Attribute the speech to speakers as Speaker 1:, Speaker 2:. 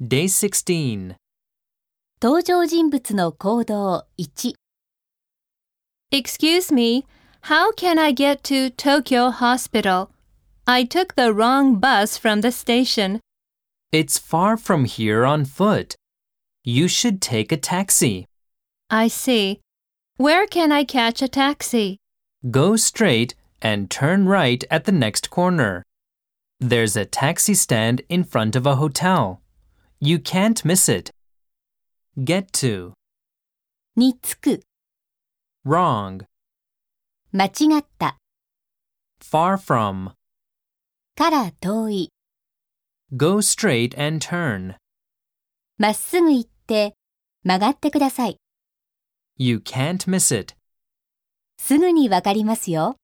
Speaker 1: Day 16.
Speaker 2: 登場人物の行動
Speaker 3: Excuse me, how can I get to Tokyo Hospital? I took the wrong bus from the station.
Speaker 1: It's far from here on foot. You should take a taxi.
Speaker 3: I see. Where can I catch a taxi?
Speaker 1: Go straight and turn right at the next corner. There's a taxi stand in front of a hotel. You can't miss it. Get to.
Speaker 2: 1につく
Speaker 1: Wrong.
Speaker 2: 間違った
Speaker 1: Far from.
Speaker 2: から遠い
Speaker 1: Go straight and turn.
Speaker 2: まっすぐ行って曲がってください
Speaker 1: You can't miss it.
Speaker 2: すぐにわかりますよ